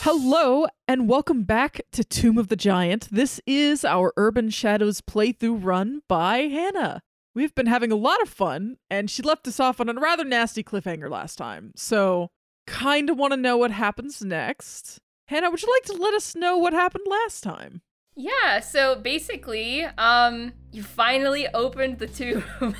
Hello, and welcome back to Tomb of the Giant. This is our Urban Shadows playthrough run by Hannah. We've been having a lot of fun, and she left us off on a rather nasty cliffhanger last time, so kind of want to know what happens next. Hannah, would you like to let us know what happened last time? Yeah, so basically, um, you finally opened the tomb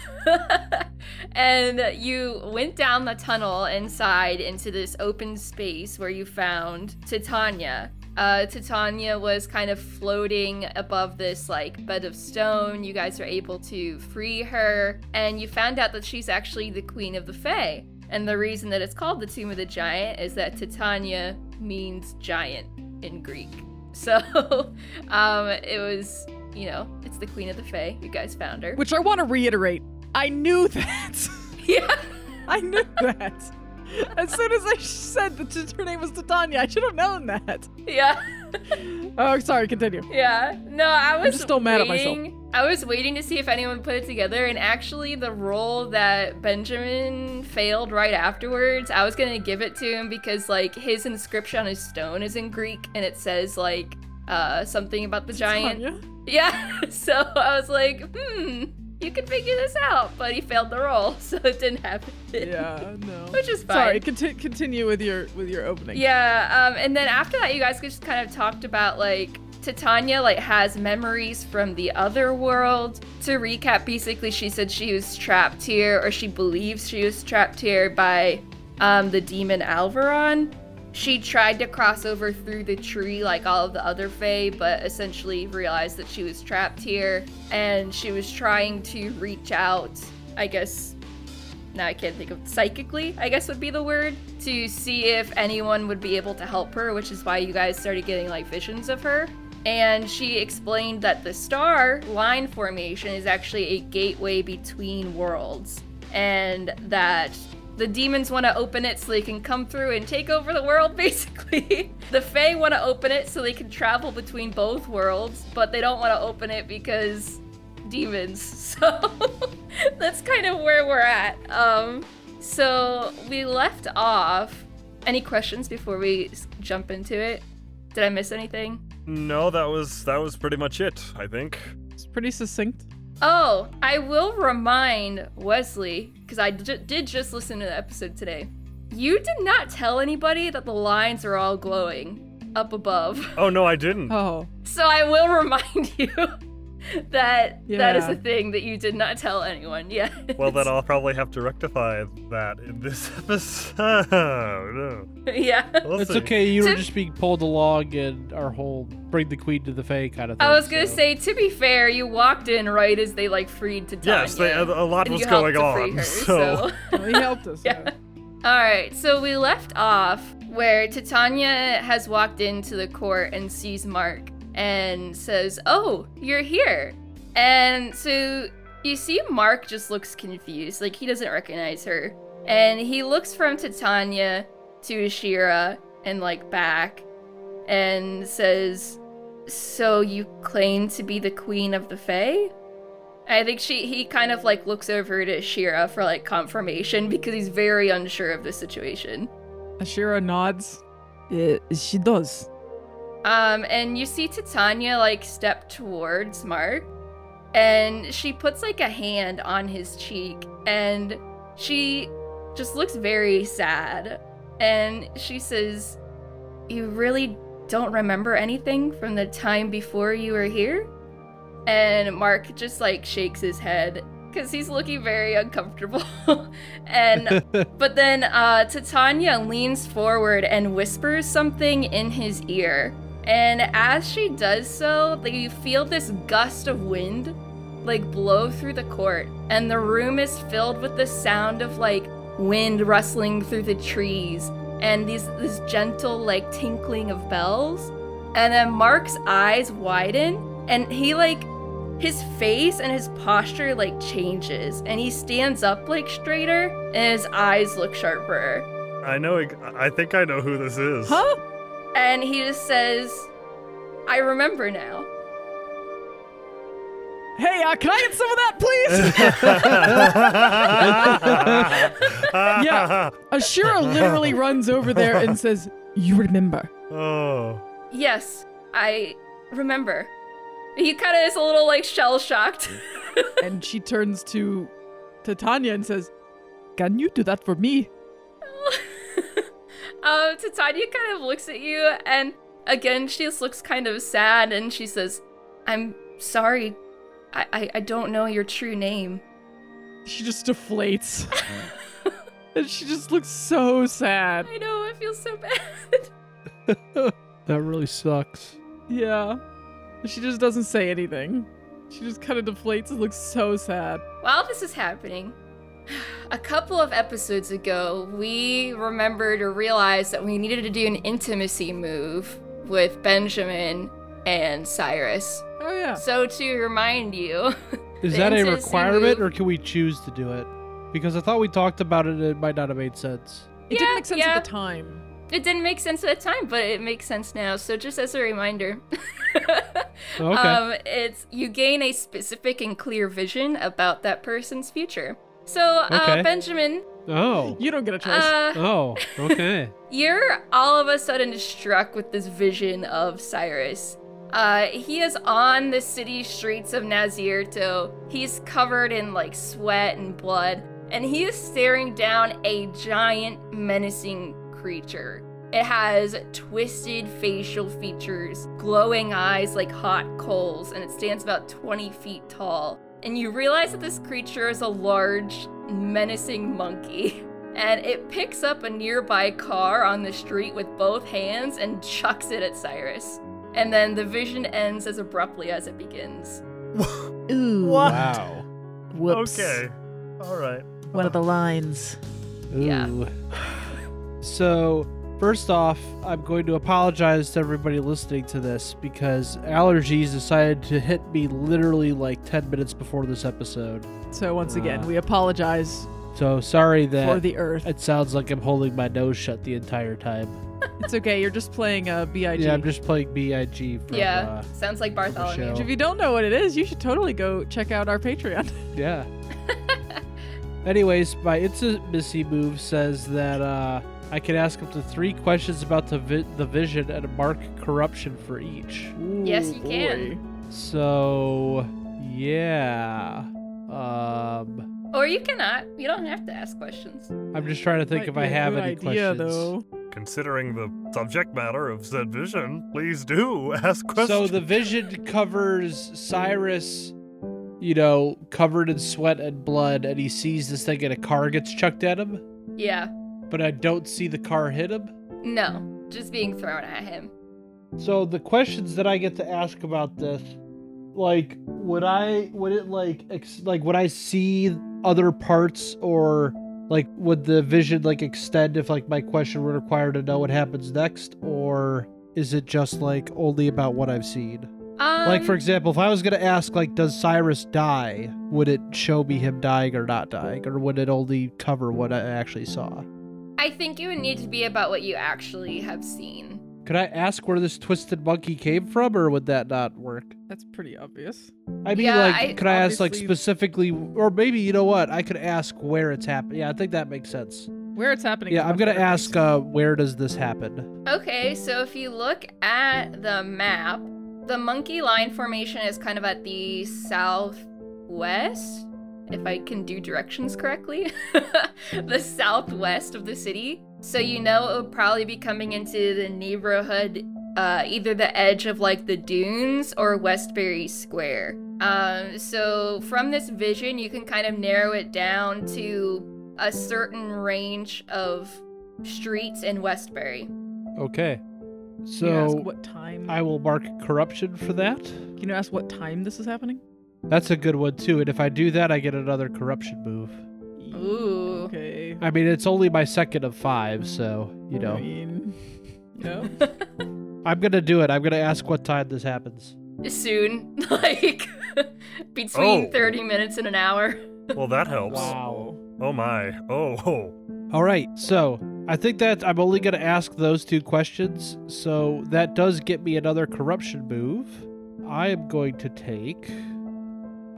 and you went down the tunnel inside into this open space where you found Titania. Uh, Titania was kind of floating above this like bed of stone. You guys were able to free her, and you found out that she's actually the queen of the Fae. And the reason that it's called the Tomb of the Giant is that Titania means giant in Greek. So um, it was, you know, it's the Queen of the Fae. You guys found her. Which I want to reiterate. I knew that. yeah. I knew that. As soon as I said that her name was Titania, I should have known that. Yeah. Oh, sorry, continue. Yeah. No, I was just still mad at myself. waiting- I was waiting to see if anyone put it together, and actually, the role that Benjamin failed right afterwards, I was gonna give it to him because like his inscription on his stone is in Greek, and it says like uh something about the giant. Titania? Yeah, so I was like, hmm, you can figure this out, but he failed the roll, so it didn't happen. Yeah, no. Which is fine. Sorry, conti- continue with your with your opening. Yeah, um, and then after that, you guys just kind of talked about like Titania like has memories from the other world. To recap, basically, she said she was trapped here, or she believes she was trapped here by um, the demon Alvaron. She tried to cross over through the tree like all of the other Fae, but essentially realized that she was trapped here, and she was trying to reach out. I guess now I can't think of psychically, I guess would be the word, to see if anyone would be able to help her, which is why you guys started getting like visions of her. And she explained that the star line formation is actually a gateway between worlds, and that the demons want to open it so they can come through and take over the world, basically. the Fae want to open it so they can travel between both worlds, but they don't want to open it because demons. So that's kind of where we're at. Um, so we left off. Any questions before we s- jump into it? Did I miss anything? No, that was that was pretty much it, I think. It's pretty succinct. Oh, I will remind Wesley, because I j- did just listen to the episode today. You did not tell anybody that the lines are all glowing up above. Oh no, I didn't. Oh. So I will remind you that that is Yeah. a thing that you did not tell anyone yet. Well, then I'll probably have to rectify that in this episode. Oh, no. yeah. We'll It's see. okay. You were To- just being pulled along and our whole bring the queen to the fae kind of thing. I was gonna so- say, to be fair, you walked in right as they like freed Titania. Yes, they, a, a lot and was you helped going to free on. her, so, Well, he helped us. Yeah. yeah. All right, so we left off where Titania has walked into the court and sees Mark and says, "Oh, you're here." And so you see Mark just looks confused, like he doesn't recognize her. And he looks from Titania to Ashira and like back and says, "So you claim to be the queen of the Fae?" I think she he kind of like looks over to Shira for like confirmation because he's very unsure of the situation. Ashira nods. Uh, she does. Um, and you see Titania like step towards Mark, and she puts like a hand on his cheek, and she just looks very sad, and she says, "You really don't remember anything from the time before you were here?" And Mark just like shakes his head because he's looking very uncomfortable, and but then uh, Titania leans forward and whispers something in his ear. And as she does so, like, you feel this gust of wind like blow through the court, and the room is filled with the sound of like wind rustling through the trees and these this gentle like tinkling of bells. And then Mark's eyes widen and he like his face and his posture like changes and he stands up like straighter and his eyes look sharper. I know. I think I know who this is. Huh? And he just says, I remember now. Hey, uh, can I get some of that, please? yeah. Ashira literally runs over there and says, You remember. Oh. Yes, I remember. He kind of is a little like shell shocked. and she turns to to Tanya and says, "Can you do that for me?" um, Titania kind of looks at you, and again, she just looks kind of sad, and she says, "I'm sorry, I I, I don't know your true name." She just deflates. and she just looks so sad. I know it feels so bad. That really sucks. Yeah. She just doesn't say anything. She just kind of deflates and looks so sad. While this is happening, a couple of episodes ago, we remembered or realized that we needed to do an intimacy move with Benjamin and Cyrus. Oh yeah. So to remind you, Is The that a intimacy requirement, move. or can we choose to do it? Because I thought we talked about it. It might not have made sense. It Yeah, didn't make sense yeah. at the time. it didn't make sense at the time, but it makes sense now. So just as a reminder. Okay. Um, it's you gain a specific and clear vision about that person's future. So, uh, Okay. Benjamin, oh. You don't get a choice. uh, Oh. Okay. You're all of a sudden struck with this vision of Cyrus. Uh, he is on the city streets of Nazirto. He's covered in like sweat and blood, and he is staring down a giant, menacing creature. It has twisted facial features, glowing eyes like hot coals, and it stands about 20 feet tall. And you realize that this creature is a large, menacing monkey. and it picks up a nearby car on the street with both hands and chucks it at Cyrus. And then the vision ends as abruptly as it begins. Ooh. what? Wow. Whoops. Okay. All right. One of the lines. Yeah. Ooh. So, first off, I'm going to apologize to everybody listening to this because allergies decided to hit me literally like 10 minutes before this episode. So once again, Uh, we apologize So, sorry that for the earth. it sounds like I'm holding my nose shut the entire time. It's okay. You're just playing uh, a BIG. Yeah, I'm just playing BIG from yeah, sounds like Michelle. Bartholomew. If you don't know what it is, you should totally go check out our Patreon. uh, Yeah. Anyways, my intimacy move says that uh, I can ask up to three questions about the, vi- the vision and mark corruption for each. Yes, you can. So, yeah. Um, Or you cannot. You don't have to ask questions. I'm just trying to think Might if be I a have good any idea, questions. Though. Considering the subject matter of said vision, please do ask questions. So the vision covers Cyrus, you know, covered in sweat and blood, and he sees this thing and a car gets chucked at him, Yeah. but I don't see the car hit him. No. Just being thrown at him. So the questions that I get to ask about this, like, would I, would it like, ex- like, would I see other parts or like would the vision like extend if like my question would require to know what happens next or is it just like only about what i've seen Um, Like for example, if I was gonna ask like, does Cyrus die? Would it show me him dying or not dying, or would it only cover what I actually saw? Um, I think it would need to be about what you actually have seen. Could I ask where this twisted monkey came from, or would that not work? That's pretty obvious. I mean, Yeah, like, I- could I ask like obviously- specifically, or maybe you know what? I could ask where it's happening. Yeah, I think that makes sense. Where it's happening. Yeah, is I'm much gonna better ask, placed. uh, where does this happen? Okay, so if you look at the map, the monkey line formation is kind of at the southwest, if I can do directions correctly, the southwest of the city. So you know it would probably be coming into the neighborhood, uh, either the edge of like the dunes or Westbury Square. Um, so from this vision, you can kind of narrow it down to a certain range of streets in Westbury. Okay, Can you ask so what time? I will mark corruption for that. Can you ask what time this is happening? That's a good one too. And if I do that, I get another corruption move. Ooh. Okay. I mean, it's only my second of five, so you I know, mean, you know. I'm gonna do it. I'm gonna ask what time this happens. Soon, like between Oh. 30 minutes and an hour. well, that helps. Wow. Oh my. Oh. oh. All right, so I think that I'm only gonna ask those two questions, so that does get me another corruption move. I am going to take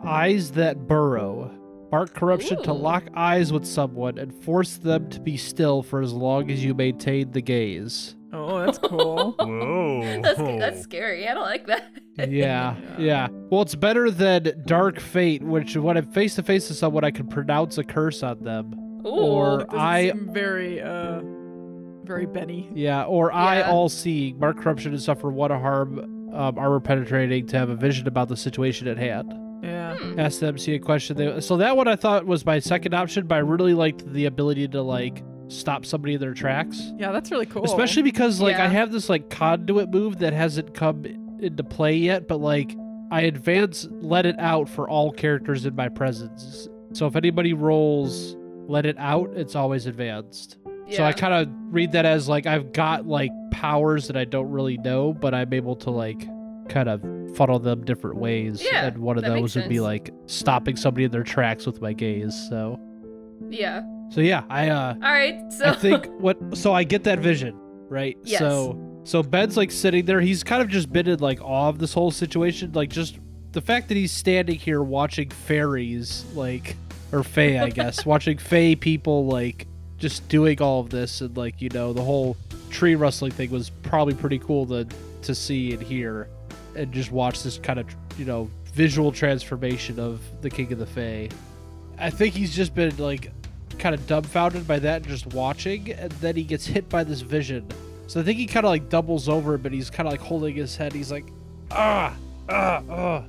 eyes that burrow. Mark corruption to Ooh. lock eyes with someone and force them to be still for as long as you maintain the gaze. Oh, that's cool. Whoa. that's, that's scary. I don't like that. yeah, yeah. Well, it's better than Dark Fate, which when I'm face to face with someone, I can pronounce a curse on them. Ooh. Or- That doesn't I- seem very uh very Benny. Yeah, or I Yeah. all see mark corruption and suffer one harm, um, armor penetrating to have a vision about the situation at hand. Yeah. Hmm. Ask them, see a question. They, so that one I thought was my second option, but I really liked the ability to like stop somebody in their tracks. Yeah, that's really cool. Especially because like I Yeah. have this like conduit move that hasn't come into play yet, but like I advance let it out for all characters in my presence. So if anybody rolls let it out, it's always advanced. yeah. So I kind of read that as like I've got like powers that I don't really know, but I'm able to like kind of funnel them different ways. Yeah, and one of that makes those would be sense. like stopping somebody in their tracks with my gaze. So yeah. so yeah, I uh All right. So I think what so I get that vision, right? Yes. So so Ben's like sitting there, he's kind of just been in like awe of this whole situation. Like just the fact that he's standing here watching fairies, like or Fae, I guess, watching Fae people like just doing all of this and like, you know, the whole tree rustling thing was probably pretty cool to to see and hear and just watch this kind of you know visual transformation of the king of the fae i think he's just been like kind of dumbfounded by that and just watching and then he gets hit by this vision so i think he kind of like doubles over but he's kind of like holding his head he's like ah ah ah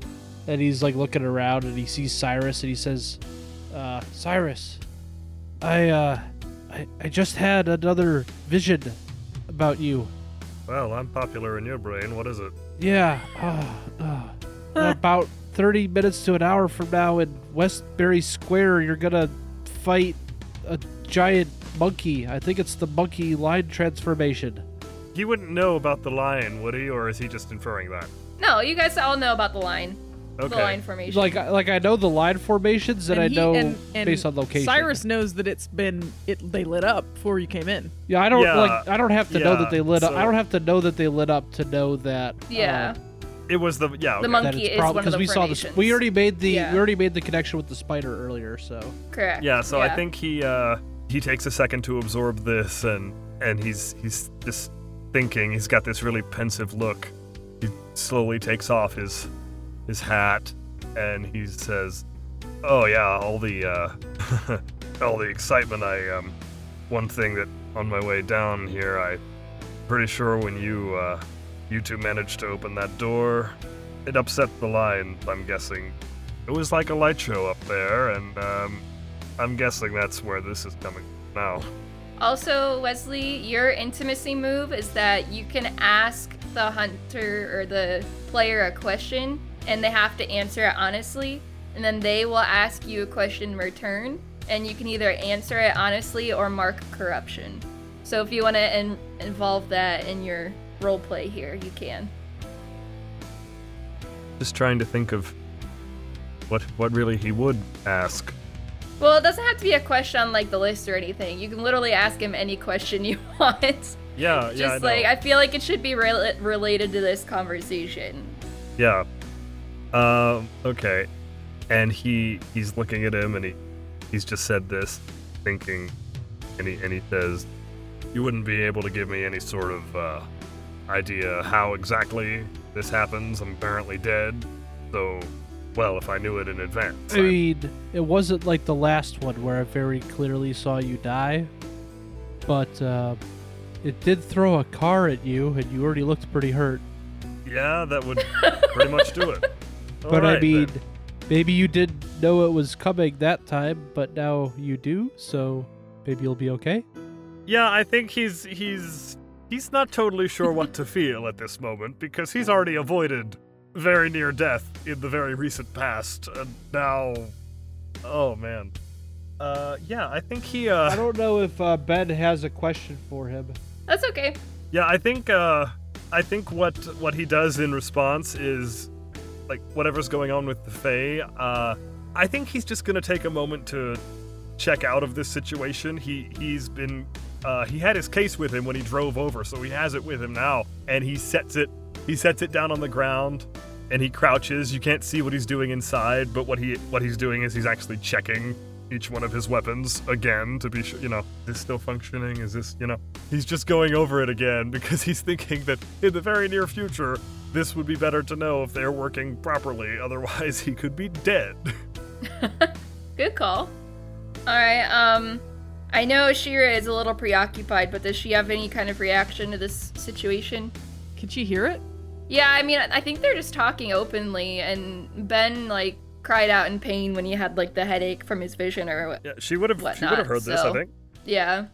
and he's like looking around and he sees cyrus and he says uh cyrus i uh i, I just had another vision about you Well, I'm popular in your brain. What is it? yeah. Uh, uh, in about 30 minutes to an hour from now in Westbury Square, you're going to fight a giant monkey. I think it's the monkey line transformation. He wouldn't know about the lion, would he? Or is he just inferring that? no, you guys all know about the line. Okay. The line formation. Like, like I know the line formations and, I he- know and- and based on location. Cyrus knows that it's been it they lit up before you came in. Yeah, I don't Yeah, like. I don't have to know yeah, that they lit up. I so- don't have to know that they lit up to know that. yeah. uh, It was the yeah. The okay. monkey that it's is prob- one of 'cause the we saw this. formations. We already made the. Yeah. We already made the connection with the spider earlier. So correct. Yeah, so I think he uh he takes a second to absorb this and and he's he's just thinking. He's got this really pensive look. He slowly takes off his his hat and he says, "Oh yeah, all the uh all the excitement I um one thing that on my way down here I pretty sure when you uh you two managed to open that door, it upset the line, I'm guessing. It was like a light show up there and um I'm guessing that's where this is coming now. Also, Wesley, your intimacy move is that you can ask the hunter or the player a question and they have to answer it honestly, and then they will ask you a question in return, and you can either answer it honestly or mark corruption. So if you want to in- involve that in your roleplay here, you can. Just trying to think of what what really he would ask. Well, it doesn't have to be a question on like the list or anything. You can literally ask him any question you want. Yeah, Just yeah, I know. like I feel like it should be rel related to this conversation. yeah. Um, okay. And he he's looking at him and he he's just said this, thinking, and he and he says, "You wouldn't be able to give me any sort of uh, idea how exactly this happens. I'm apparently dead, so well, if I knew it in advance, I mean, it wasn't like the last one where I very clearly saw you die, but uh, it did throw a car at you, and you already looked pretty hurt. yeah, that would pretty much do it." All but I right, mean, then. maybe you didn't know it was coming that time, but now you do, so maybe you'll be okay. Yeah, I think he's he's he's not totally sure what to feel at this moment because he's already avoided very near death in the very recent past, and now, oh man, uh, yeah, I think he, I uh, don't know if uh, Ben has a question for him. That's okay. yeah, I think, uh, I think what what he does in response is like whatever's going on with the Fae. Uh, I think he's just gonna take a moment to check out of this situation. He he's been uh, he had his case with him when he drove over, so he has it with him now, and he sets it he sets it down on the ground, and he crouches. You can't see what he's doing inside, but what he what he's doing is he's actually checking each one of his weapons again to be sure, you know, is this still functioning? Is this, you know, he's just going over it again because he's thinking that in the very near future, this would be better to know if they're working properly. Otherwise, he could be dead. Good call. All right. Um, I know Shira is a little preoccupied, but does she have any kind of reaction to this situation? Can she hear it? Yeah, I mean, I think they're just talking openly, and Ben like cried out in pain when he had like the headache from his vision or what. Yeah, she would have. she would Whatnot, have heard this, I so- think. Yeah.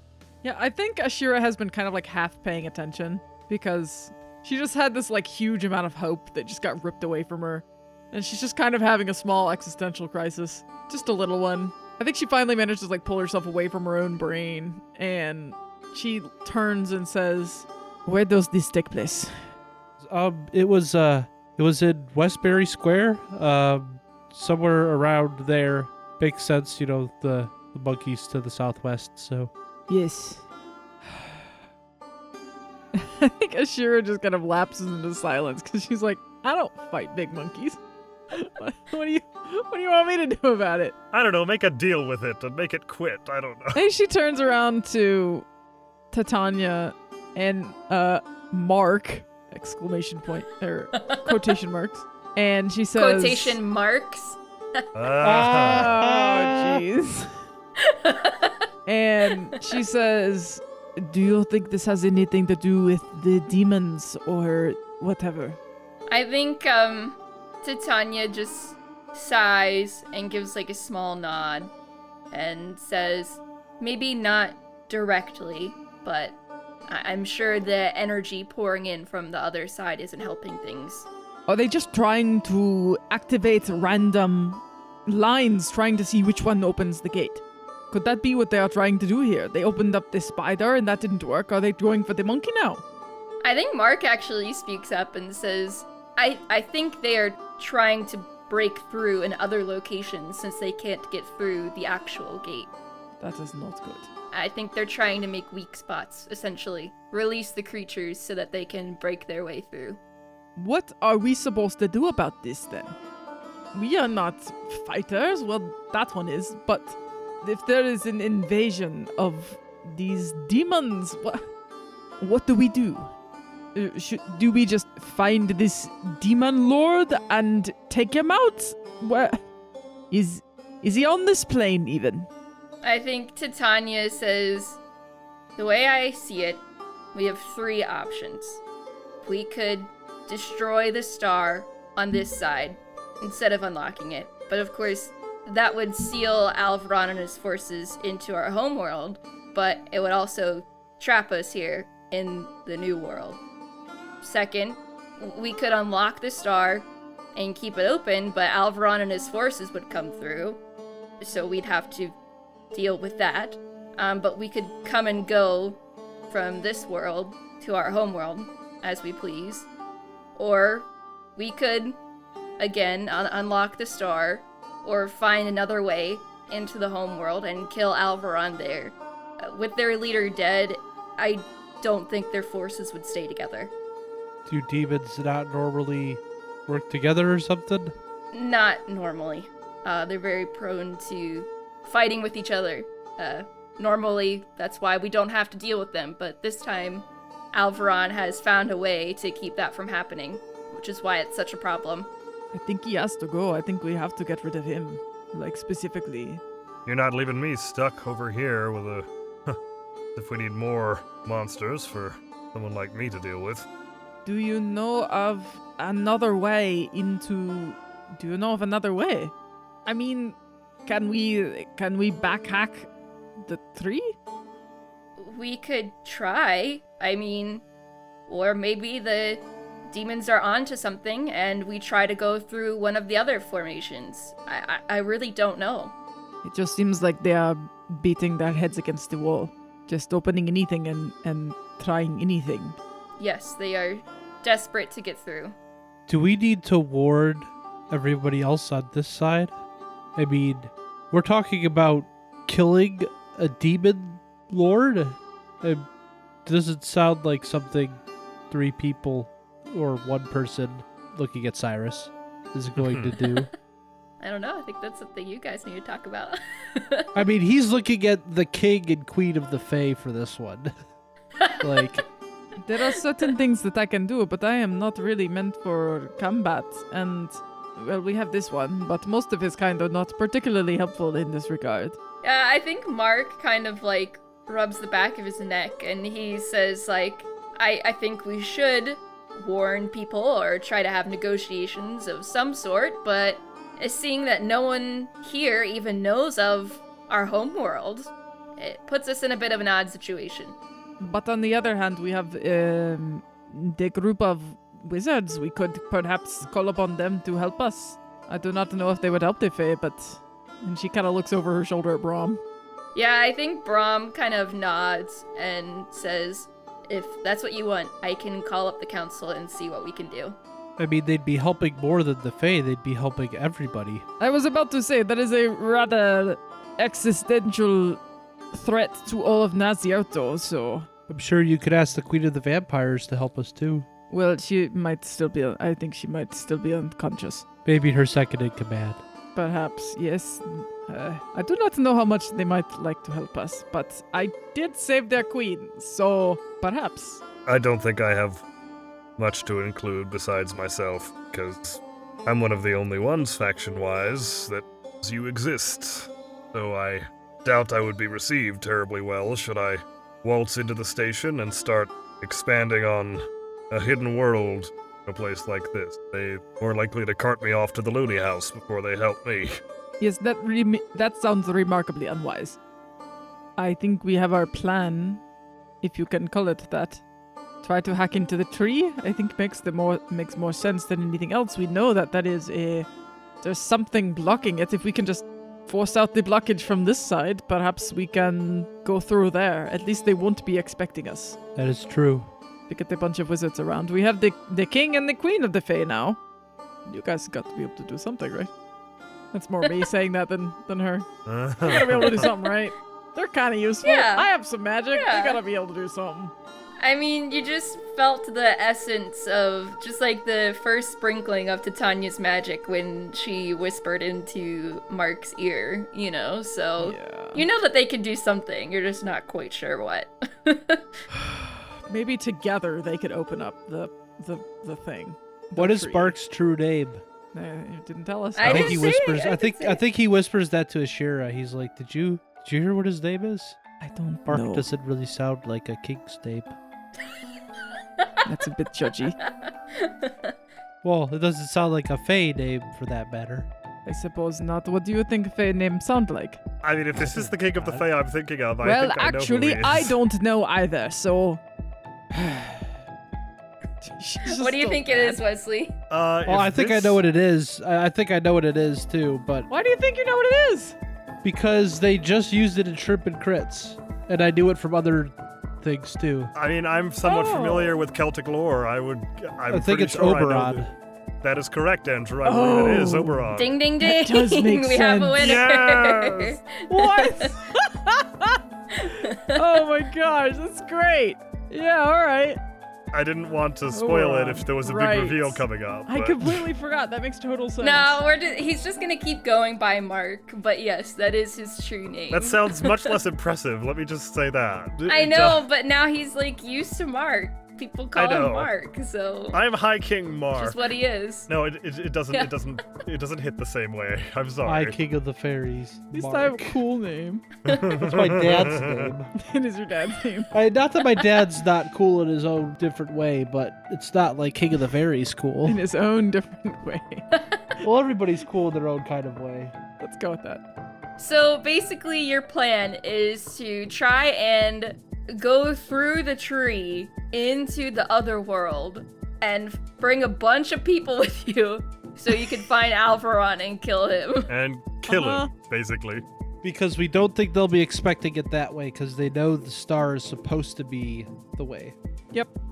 Yeah, I think Ashira has been kind of like half paying attention because she just had this like huge amount of hope that just got ripped away from her. And she's just kind of having a small existential crisis, just a little one. I think she finally managed to like pull herself away from her own brain and she turns and says, "Where does this take place?" Um, it was uh, it was in Westbury Square, um, somewhere around there. Makes sense, you know, the the monkeys to the southwest. So Yes. I think Ashira just kind of lapses into silence because she's like, "I don't fight big monkeys. what do you, what do you want me to do about it?" I don't know. Make a deal with it and make it quit. I don't know. And she turns around to Titania and uh Mark exclamation point or quotation marks. And she says Quotation marks. Ah. Oh jeez. and she says, "Do you think this has anything to do with the demons or whatever?" I think um, Titania just sighs and gives like a small nod and says, maybe not directly, but I- I'm sure the energy pouring in from the other side isn't helping things. Are they just trying to activate random lines, trying to see which one opens the gate? Could that be what they are trying to do here? They opened up this spider and that didn't work. Are they going for the monkey now? I think Mark actually speaks up and says, I, I think they are trying to break through in other locations since they can't get through the actual gate. That is not good. I think they're trying to make weak spots, essentially. Release the creatures so that they can break their way through. What are we supposed to do about this then? We are not fighters. Well, that one is, but if there is an invasion of these demons, what, what do we do? Uh, should, do we just find this demon lord and take him out? Where is is he on this plane even? I think Titania says, the way I see it, we have three options. We could destroy the star on this side instead of unlocking it. But of course, that would seal Alvaron and his forces into our homeworld, but it would also trap us here in the new world. Second, we could unlock the star and keep it open, but Alvaron and his forces would come through, so we'd have to deal with that. Um, but we could come and go from this world to our home world as we please. Or we could, again, un- unlock the star or find another way into the home world and kill Alvaron there. Uh, With their leader dead, I don't think their forces would stay together. do demons not normally work together or something? Not normally. Uh, they're very prone to fighting with each other. Uh, normally, that's why we don't have to deal with them, but this time, Alvaron has found a way to keep that from happening, which is why it's such a problem. I think he has to go. I think we have to get rid of him, like specifically. You're not leaving me stuck over here with a. if we need more monsters for someone like me to deal with. Do you know of another way into do you know of another way? I mean, can we can we backhack the tree? We could try. I mean, or maybe the demons are onto something and we try to go through one of the other formations. I, I, I really don't know. It just seems like they are beating their heads against the wall, just opening anything and and trying anything. Yes, they are desperate to get through. Do we need to warn everybody else on this side? I mean, we're talking about killing a demon lord? It doesn't sound like something three people or one person looking at Cyrus is going to do. I don't know. I think that's something you guys need to talk about. I mean, he's looking at the king and queen of the Fae for this one. like, There are certain things that I can do, but I am not really meant for combat. And, well, we have this one, but most of his kind are not particularly helpful in this regard. Yeah, I think Mark kind of like rubs the back of his neck and he says like I I think we should warn people or try to have negotiations of some sort, but seeing that no one here even knows of our homeworld, it puts us in a bit of an odd situation. But on the other hand, we have um, the group of wizards. We could perhaps call upon them to help us. I do not know if they would help the Fae, but. And she kind of looks over her shoulder at Brom. Yeah, I think Brom kind of nods and says, "If that's what you want, I can call up the council and see what we can do." I mean, they'd be helping more than the Fae. They'd be helping everybody. I was about to say that is a rather existential threat to all of Nazierto, so. I'm sure you could ask the queen of the vampires to help us too. Well, she might still be. I think she might still be unconscious. Maybe her second in command. Perhaps, yes. Uh, I do not know how much they might like to help us, but I did save their queen, so perhaps. I don't think I have much to include besides myself, because I'm one of the only ones, faction wise, that knows you exist. So I doubt I would be received terribly well should I waltz into the station and start expanding on a hidden world in a place like this. They more likely to cart me off to the loony house before they help me. Yes, that rem- that sounds remarkably unwise. I think we have our plan, if you can call it that. Try to hack into the tree. I think makes the more makes more sense than anything else. We know that that is a there's something blocking it. If we can just force out the blockage from this side, perhaps we can go through there. At least they won't be expecting us. That is true. We get a bunch of wizards around. We have the the king and the queen of the Fae now. You guys got to be able to do something, right? That's more me saying that than than her. You gotta be able to do something, right? They're kind of useful. Yeah. I have some magic. Yeah. You gotta be able to do something. I mean, you just felt the essence of just like the first sprinkling of Titania's magic when she whispered into Mark's ear, you know? So Yeah. you know that they can do something. You're just not quite sure what. Maybe together they could open up the the the thing. What is tree. Spark's true name? Uh, you didn't tell us. I think didn't he say it, whispers. I I didn't think say I it. think he whispers that to Ashira. He's like, "Did you did you hear what his name is?" I don't Spark know. doesn't really sound like a king's name. That's a bit judgy. Well, it doesn't sound like a Fae name for that matter. I suppose not. What do you think Fae name sound like? I mean, if this is the King of the Fae I'm thinking of, I well, think I know who actually, he is. I don't know either. So. what do you think it is, Wesley? Uh, Well, if I think I this- know what it is. I I think I know what it is too, but Why do you think you know what it is? because they just used it in Trip and Crits, and I knew it from other things too. I mean, I'm somewhat Oh. familiar with Celtic lore. I would. I'm i think pretty it's sure I know Oberon. that- that is correct, Andrew. I believe it is Oh. Oberon. Ding ding ding. That does make we have a sense. winner. Yes! What? oh my gosh, that's great. Yeah, all right. I didn't want to spoil Oberon. it if there was a Right. big reveal coming up. I but- completely forgot. That makes total sense. No, we're just, he's just gonna keep going by Mark, but yes, that is his true name. That sounds much less impressive. Let me just say that. I It- know, but now he's like used to Mark. People call him know. Mark, so uh, I'm High King Mar. just what he is. No, it, it, it doesn't. Yeah. It doesn't. It doesn't hit the same way. I'm My sorry. king of the fairies. At least I have a Mark. cool name. That's my dad's name. it is your dad's name. I, not that my dad's not cool in his own different way, but it's not like King of the Fairies In cool. his own different way. Well, everybody's cool in their own kind of way. Let's go with that. So basically, your plan is to try and go through the tree into the other world and bring a bunch of people with you so you can find Alvaron and kill him. And kill Uh-huh. him, basically. Because we don't think they'll be expecting it that way, because they know the star is supposed to be the way.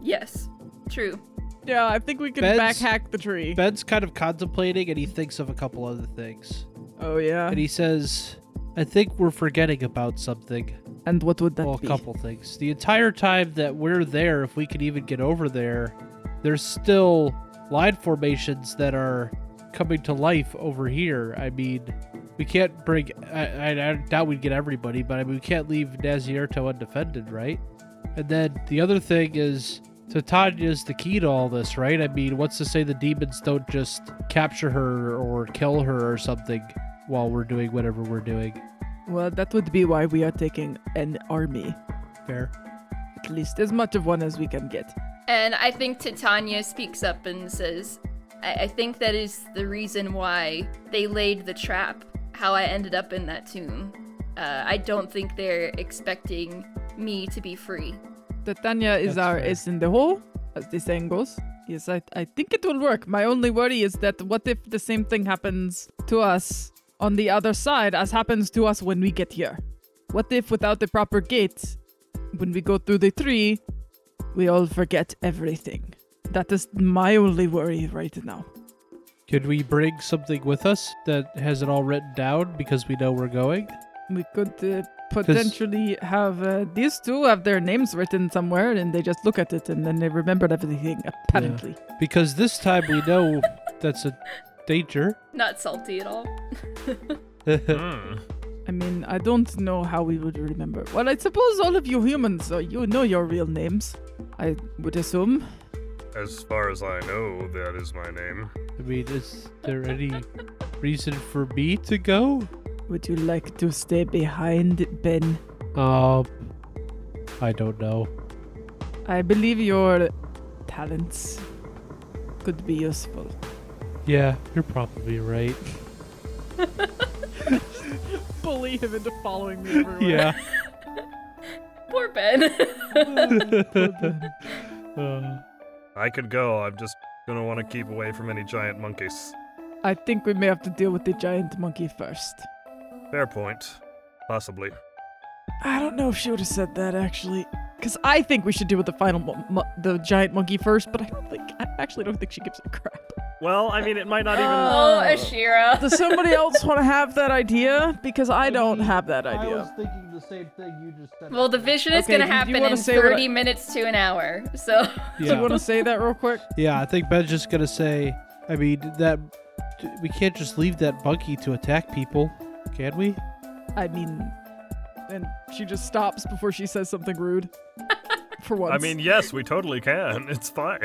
Yes, true. Yeah, I think we can Ben's- backhack the tree. Ben's kind of contemplating and he thinks of a couple other things. oh yeah. And he says, I think we're forgetting about something. And what would that well, a be? couple things. The entire time that we're there, if we could even get over there, there's still line formations that are coming to life over here. I mean, we can't bring. I, I, I doubt we'd get everybody, but I mean, we can't leave Nazierto undefended, right? And then the other thing is, Titania's the key to all this, right? I mean, what's to say the demons don't just capture her or kill her or something while we're doing whatever we're doing? Well, that would be why we are taking an army, Fair. at least as much of one as we can get. And I think Titania speaks up and says, I, I think that is the reason why they laid the trap, how I ended up in that tomb. Uh, I don't think they're expecting me to be free. Titania is That's our fair. is in the hole, as the saying goes. Yes, I, I think it will work. My only worry is that what if the same thing happens to us on the other side as happens to us when we get here? What if without the proper gate, when we go through the tree, we all forget everything? That is my only worry right now. Could we bring something with us that has it all written down because we know we're going? We could uh, potentially have uh, these two have their names written somewhere and they just look at it and then they remembered everything, apparently. Because this time we know that's a danger. Not salty at all. Mm. I mean, I don't know how we would remember. Well, I suppose all of you humans, uh, you know your real names. I would assume. As far as I know, that is my name. I mean, is there any reason for me to go? Would you like to stay behind, Ben? Um, I don't know. I believe your talents could be useful. Yeah, you're probably right. Bully him into following me everywhere. Yeah. Poor Ben. Uh, I could go. I'm just gonna want to keep away from any giant monkeys. I think we may have to deal with the giant monkey first. Fair point. Possibly. I don't know if she would have said that actually, because I think we should deal with the final, mo- mo- the giant monkey first. But I don't think, I actually don't think she gives a crap. Well, I mean, it might not even. oh, Ashira. Does somebody else want to have that idea? Because I don't have that I was idea. thinking the same thing you just said. Well, the vision is Okay, going do to you happen wanna in say what I- 30 minutes to an hour. So, Do you want to say that real quick? Yeah, I think Ben's just gonna say. I mean, that we can't just leave that monkey to attack people, can we? I mean, and she just stops before she says something rude. For once. I mean, yes, we totally can. It's fine.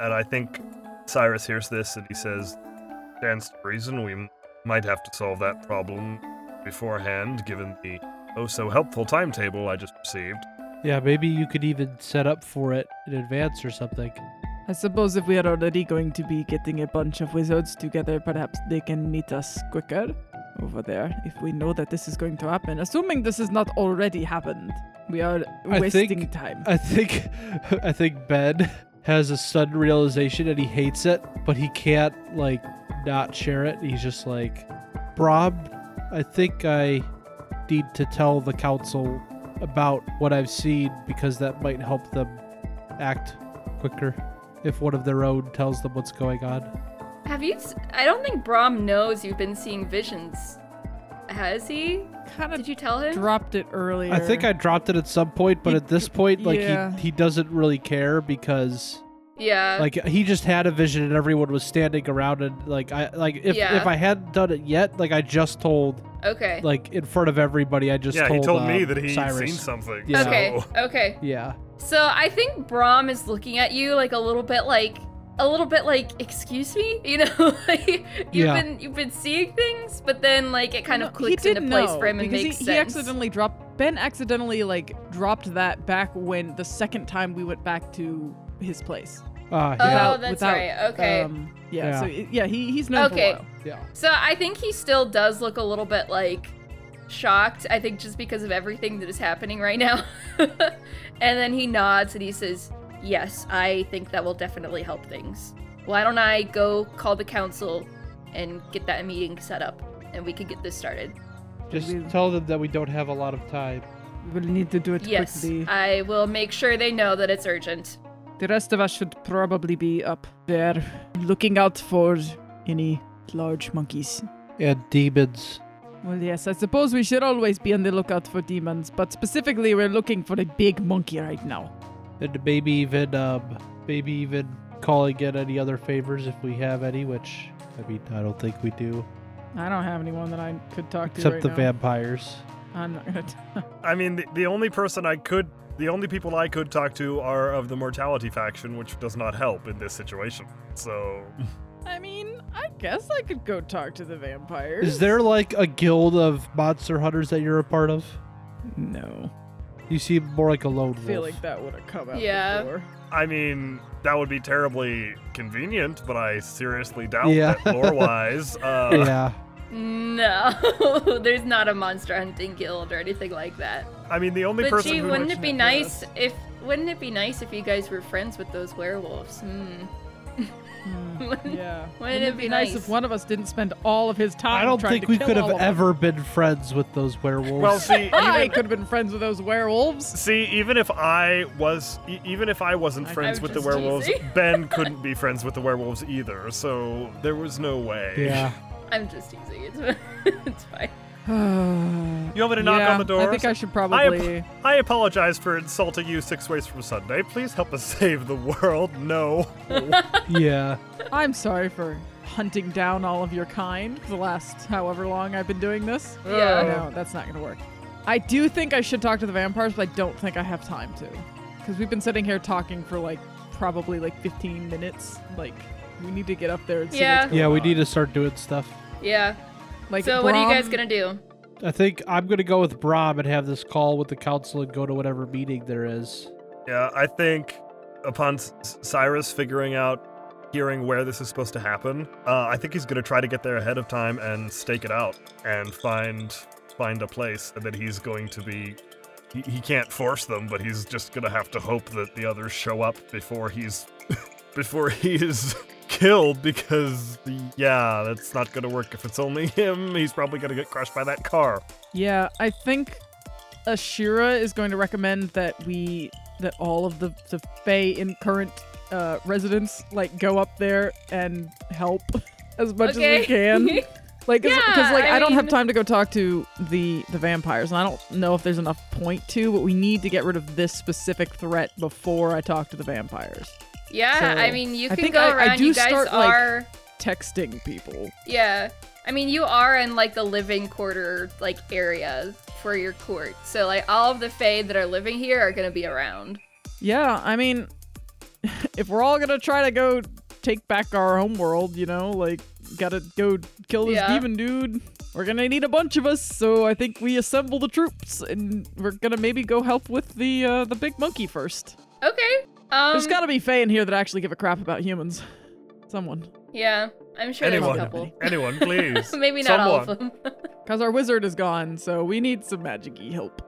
And I think Cyrus hears this and he says, "Stands to reason we m- might have to solve that problem beforehand, given the oh so helpful timetable I just received." Yeah, maybe you could even set up for it in advance or something. I suppose if we are already going to be getting a bunch of wizards together, perhaps they can meet us quicker over there if we know that this is going to happen. Assuming this has not already happened, we are I wasting think- time. I think, I think Ben has a sudden realization and he hates it, but he can't like not share it. He's just like, Rob, I think I need to tell the council about what I've seen because that might help them act quicker if one of their own tells them what's going on. have you. s- I don't think Brom knows you've been seeing visions. Has he? kind Did you tell him? dropped it earlier. I think I dropped it at some point, but You- at this point, like yeah. he, he doesn't really care because Uh, Yeah. like he just had a vision and everyone was standing around and like i like if, Yeah. if i hadn't done it yet like i just told okay. like in front of everybody i just yeah, he told me um, that he'd Cyrus. seen something. Yeah. Okay. so- Okay. yeah So I think Brom is looking at you like a little bit like a little bit like excuse me, you know, like you've Yeah. been you've been seeing things, but then like it kind of he clicks did into place know, for him and because makes he, he sense. accidentally dropped Ben accidentally like dropped that back when the second time we went back to his place. uh, oh, yeah Without- that's without, right. Okay. Um, yeah, Yeah. So it- yeah, he, he's known Okay. for a while. yeah so I think he still does look a little bit like shocked. I think just because of everything that is happening right now. and then he nods and he says, "Yes, I think that will definitely help things. Why don't I go call the council and get that meeting set up, and we could get this started." just Maybe- tell them that we don't have a lot of time We'll need to do it Yes, quickly. I will make sure they know that it's urgent. The rest of us should probably be up there looking out for any large monkeys. and demons Well, yes, I suppose we should always be on the lookout for demons, but specifically, we're looking for a big monkey right now. and maybe even um maybe even calling in any other favors if we have any which I mean, I don't think we do, I don't have anyone that I could talk to except right the now. vampires. I'm not gonna. T- I mean, the, the only person I could, the only people I could talk to are of the mortality faction, which does not help in this situation. So, I mean, I guess I could go talk to the vampires. Is there like a guild of monster hunters that you're a part of? No. You seem more like a lone I feel wolf. like that would have come out Yeah. before. I mean, that would be terribly convenient, but I seriously doubt Yeah. that lore-wise. Uh, yeah. No, there's not a monster hunting guild or anything like that. I mean, the only But person gee, who wouldn't would- it be nice if wouldn't it be nice if you guys were friends with those werewolves? Hmm. Wouldn't- Yeah. Wouldn't, it be nice? if one of us didn't spend all of his time? I don't trying think to we kill could all have of them? ever been friends with those werewolves. Well, see, I even, could have been friends with those werewolves. see, even if I was, e- even if I wasn't I- friends I'm with the just werewolves, teasing. Ben couldn't be friends with the werewolves either. So there was no way. yeah. I'm just teasing. It's, it's fine. you You want me to knock on the door? I think I should probably. I, ap- I apologize for insulting you six ways from Sunday. Please help us save the world. No. Yeah. I'm sorry for hunting down all of your kind for the last however long I've been doing this. Yeah. No, that's not going to work. I do think I should talk to the vampires, but I don't think I have time to. Because we've been sitting here talking for like probably like 15 minutes. Like, we need to get up there and see Yeah. what's going Yeah, we on. need to start doing stuff. Yeah. Like, so what are you guys Brahm- gonna do? I think I'm gonna go with Brahm and have this call with the council and go to whatever meeting there is. Yeah, I think upon S- S- Cyrus figuring out, hearing where this is supposed to happen, uh, I think he's gonna try to get there ahead of time and stake it out and find find a place and then he's going to be. He, he can't force them, but he's just gonna have to hope that the others show up before he's before he is killed because yeah that's not gonna work if it's only him he's probably gonna get crushed by that car Yeah, I think Ashira is going to recommend that we that all of the the Fey in current uh, residents like go up there and help as much as we can. Like, because Yeah, like I, I don't have mean- time to go talk to the the vampires, and I don't know if there's enough point to, but we need to get rid of this specific threat before I talk to the vampires. yeah. So, I mean, you I can think go I- I around. do you guys start, like- are. Texting people. Yeah. I mean, you are in like the living quarter like area for your court. So like all of the fae that are living here are going to be around. Yeah, I mean, if we're all gonna try to go take back our home world, you know, like gotta go kill this Yeah. demon dude, we're gonna need a bunch of us. So I think we assemble the troops, and we're gonna maybe go help with the uh, the big monkey first. Okay. Um There's gotta be Faye in here that actually give a crap about humans. Someone, Yeah, I'm sure anyone there's a couple. anyone please Maybe not all of Someone. them. cause our wizard is gone, so we need some magicy help.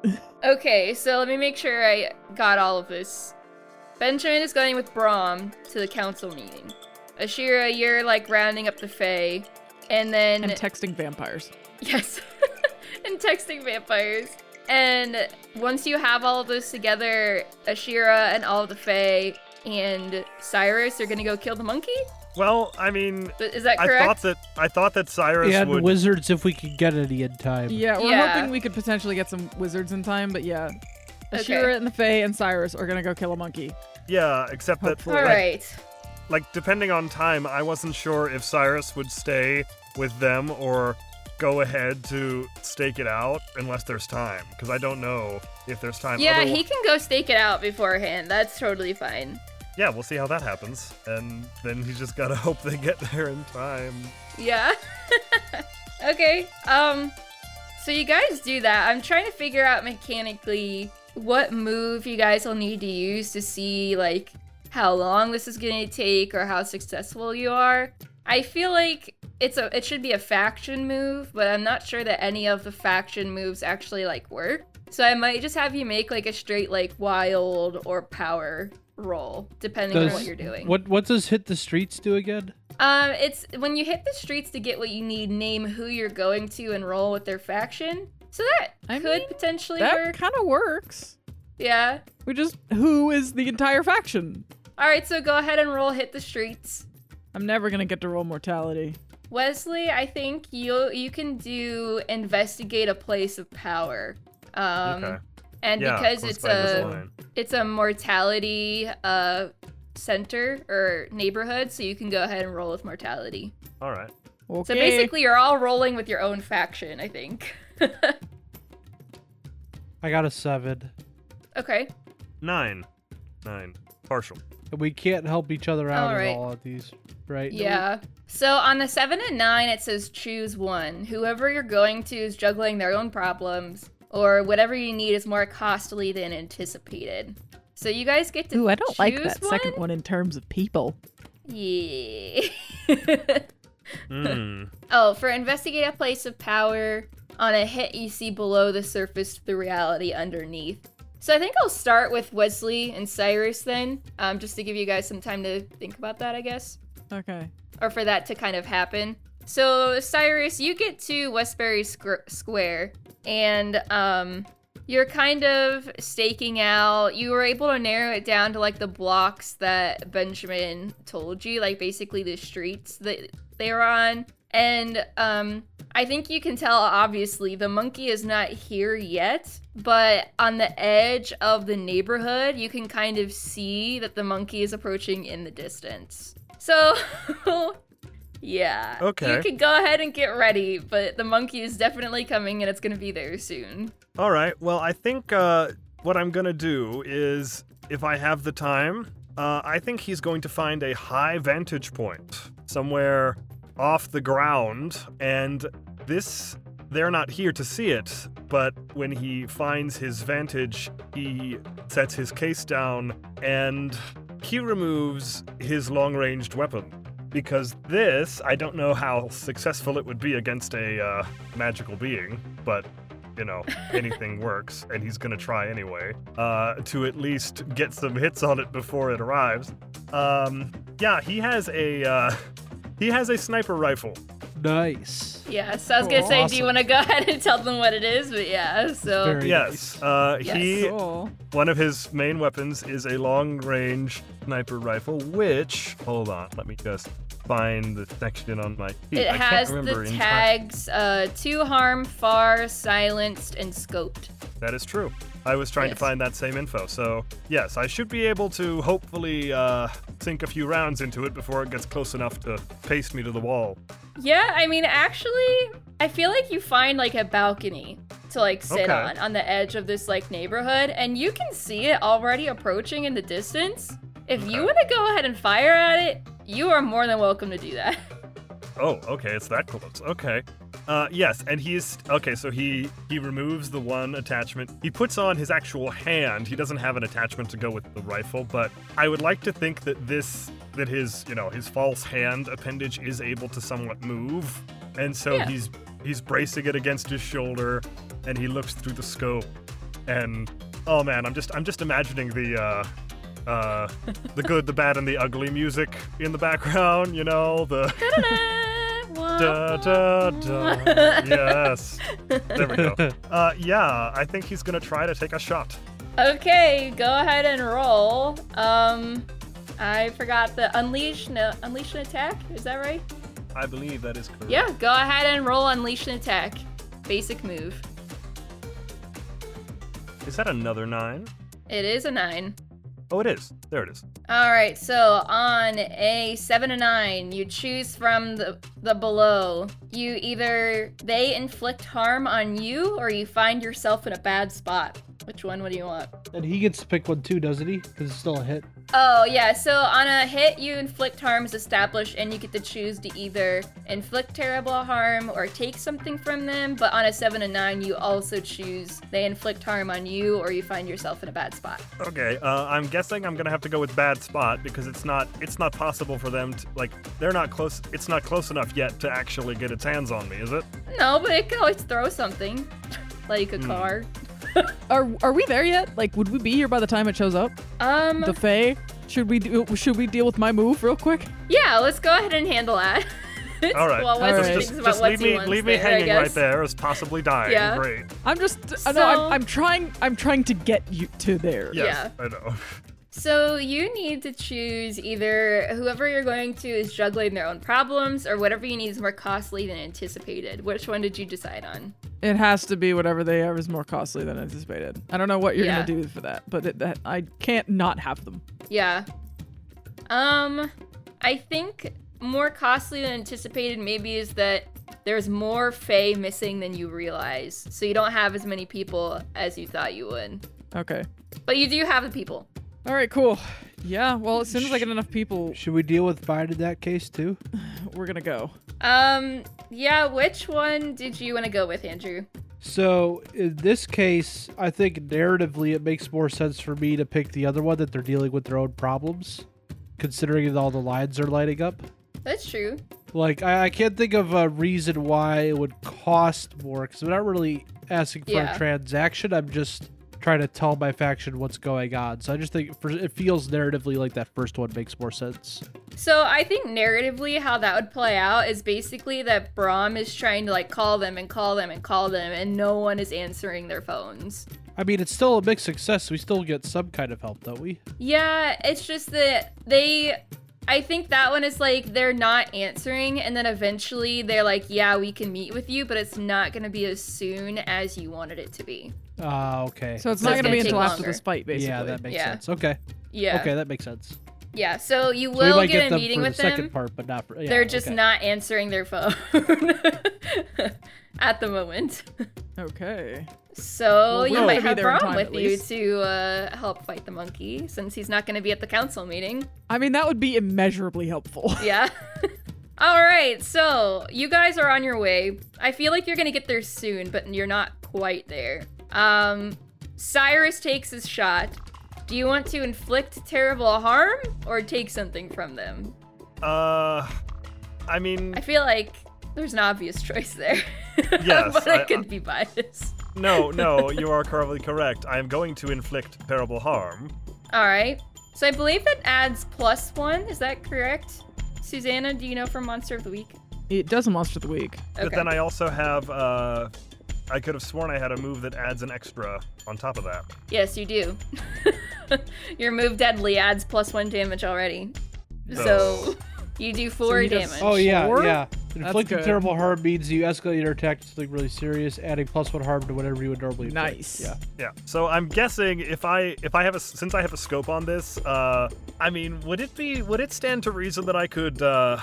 okay, so let me make sure I got all of this. Benjamin is going with Brahm to the council meeting. Ashira, you're like rounding up the fae and then and texting vampires. Yes. and texting vampires. And once you have all of those together, Ashira and all of the Fae and Cyrus are gonna go kill the monkey? well i mean Th- Is that I correct? thought that I thought that Cyrus and would. wizards if we could get any in time. Yeah, we're Yeah. hoping we could potentially get some wizards in time, but yeah. Okay. Ashira and the Fae and Cyrus are gonna go kill a monkey. yeah, except that Hopefully. all like, right. like depending on time, I wasn't sure if Cyrus would stay with them or go ahead to stake it out unless there's time because I don't know if there's time. Yeah, Otherwi- he can go stake it out beforehand. That's totally fine. yeah, we'll see how that happens, and then he's just gotta hope they get there in time. Yeah. okay. Um so you guys do that. I'm trying to figure out mechanically what move you guys will need to use to see like how long this is going to take or how successful you are. I feel like it's a it should be a faction move, but I'm not sure that any of the faction moves actually like work. So I might just have you make like a straight like wild or power roll depending on Does- what you're doing. What what does hit the streets do again? Um, it's when you hit the streets to get what you need, name who you're going to, and roll with their faction. So that I could mean, potentially That work. kind of works. Yeah. We just who is the entire faction? All right, so go ahead and roll hit the streets. I'm never gonna get to roll mortality. Wesley, I think you you can do investigate a place of power. Um, okay. and yeah, because close it's by this a line. it's a mortality uh center or neighborhood, so you can go ahead and roll with mortality. All right. Okay. So basically, you're all rolling with your own faction, I think. I got a seven. okay. Nine. Nine. Partial. And we can't help each other out All right. at all at these, right? Yeah. So on the seven and nine, it says choose one. Whoever you're going to is juggling their own problems, or whatever you need is more costly than anticipated. So you guys get to Ooh, I don't choose like that one? second one in terms of people. Yeah. Mm. oh, for investigate a place of power. On a hit, you see below the surface the reality underneath. So I think I'll start with Wesley and Cyrus then, um, just to give you guys some time to think about that, I guess. Okay. or for that to kind of happen. So, Cyrus, you get to Westbury Squ- Square, and um, you're kind of staking out. You were able to narrow it down to like the blocks that Benjamin told you, like basically the streets that they're on. And um, I think you can tell, obviously, the monkey is not here yet, but on the edge of the neighborhood, you can kind of see that the monkey is approaching in the distance. So, yeah. Okay. You can go ahead and get ready, but the monkey is definitely coming and it's going to be there soon. All right. Well, I think uh, what I'm going to do is, if I have the time, uh, I think he's going to find a high vantage point somewhere off the ground. And this, they're not here to see it, but when he finds his vantage, he sets his case down and he removes his long ranged weapon. Because this, I don't know how successful it would be against a uh, magical being, but you know, anything works, and he's gonna try anyway uh, to at least get some hits on it before it arrives. Um, yeah, he has a uh, he has a sniper rifle. Nice. Yeah, so I was going to Oh, say, do you Awesome. want to go ahead and tell them what it is? But yeah, so. Very Yes, uh, Yes. he Cool. one of his main weapons is a long range sniper rifle, which hold on, let me just find the section on my sheet. It I can't has remember the in time- tags uh, to harm, far, silenced, and scoped. That is true. I was trying Yes. to find that same info. So, yes, I should be able to hopefully uh, sink a few rounds into it before it gets close enough to paste me to the wall. Yeah, I mean, actually, I feel like you find like a balcony to like sit Okay. on on the edge of this like neighborhood, and you can see it already approaching in the distance. If you want to go ahead and fire at it, you are more than welcome to do that. Oh, okay, it's that close. Okay. Uh, yes, and he's okay. So he he removes the one attachment. He puts on his actual hand. He doesn't have an attachment to go with the rifle, but I would like to think that this that his you know his false hand appendage is able to somewhat move, and so Yeah. he's he's bracing it against his shoulder, and he looks through the scope, and oh man, I'm just I'm just imagining the. Uh, uh, the good, the bad, and the ugly music in the background, you know, the da, da, da. yes. There we go. Uh, yeah, I think he's gonna try to take a shot. Okay, go ahead and roll. Um, I forgot the unleash no unleash an attack. Is that right? I believe that is correct. Yeah, go ahead and roll unleash an attack. Basic move. Is that another nine? It is a nine. Oh, it is. There it is. All right, so on a seven and nine, you choose from the the below. You either they inflict harm on you, or you find yourself in a bad spot. Which one would you want? And he gets to pick one too, doesn't he? Because it's still a hit. Oh yeah, so on a hit, you inflict harm is established, and you get to choose to either inflict terrible harm or take something from them. But on a seven and nine, you also choose they inflict harm on you, or you find yourself in a bad spot. Okay. Uh, I'm guessing I'm gonna have to go with bad spot because it's not it's not possible for them to like they're not close. It's not close enough yet to actually get its hands on me, is it? No, but it could always throw something, like a Hmm. car. Are are we there yet? Like, would we be here by the time it shows up? Um. The Fae? Should we do, should we deal with my move real quick? Yeah, let's go ahead and handle that. All right. Well, All Wesley right. thinks Just, about just what leave he me wants leave me there, I hanging right guess. there as possibly dying. Yeah. Great. I'm just uh, no. I'm, So- I'm trying. I'm trying to get you to there. Yes, I know. So you need to choose either whoever you're going to is juggling their own problems, or whatever you need is more costly than anticipated. Which one did you decide on? It has to be whatever they are is more costly than anticipated. I don't know what you're Yeah. gonna do for that, but it, that I can't not have them. Yeah. Um, I think more costly than anticipated maybe is that there's more Fae missing than you realize. So you don't have as many people as you thought you would. Okay. But you do have the people. All right, cool. Yeah, well, as soon as I get enough people, Should we deal with Bide in that case too? we're gonna go. Um, yeah, which one did you want to go with, Andrew? So in this case, I think narratively it makes more sense for me to pick the other one that they're dealing with their own problems, considering that all the lines are lighting up. That's true. Like I, I can't think of a reason why it would cost more because I'm not really asking for Yeah. a transaction. I'm just trying to tell my faction what's going on. So I just think for, it feels narratively like that first one makes more sense. So I think narratively how that would play out is basically that Brahm is trying to like call them and call them and call them and no one is answering their phones. I mean, it's still a big success. We still get some kind of help, don't we? Yeah, it's just that they I think that one is like they're not answering and then eventually they're like, "Yeah, we can meet with you, but it's not going to be as soon as you wanted it to be." Ah, okay. So it's So not gonna be it's gonna take until after longer. this fight, basically. yeah, that makes Yeah. sense. Okay, Yeah. okay, that makes sense. Yeah, so you so we will might get, get a them meeting for with the them. second part, but not for. Yeah, they're just okay. not answering their phone at the moment. okay. So Well, you we'll have might to have be there in Braum time, with at you least. to uh, help fight the monkey, since he's not going to be at the council meeting. I mean, that would be immeasurably helpful. Yeah. All right, so you guys are on your way. I feel like you're going to get there soon, but you're not quite there. Um, Cyrus takes his shot. Do you want to inflict terrible harm or take something from them? Uh, I mean, I feel like there's an obvious choice there. Yes, but I, I- could be biased. no, no, you are currently correct. I am going to inflict terrible harm. All right. So I believe that adds plus one. Is that correct? Susanna, do you know from Monster of the Week? It does a monster of the week. But then I also have, uh, I could have sworn I had a move that adds an extra on top of that. Yes, you do. Your move deadly adds plus one damage already. Oh. So you do four you just- damage. Oh yeah, Four? yeah. That's Inflicting good. terrible harm means you escalate or attack to something really serious, adding plus one harm to whatever you would normally. inflict. Nice. Yeah. Yeah. So I'm guessing if I if I have a since I have a scope on this, uh, I mean, would it be would it stand to reason that I could uh,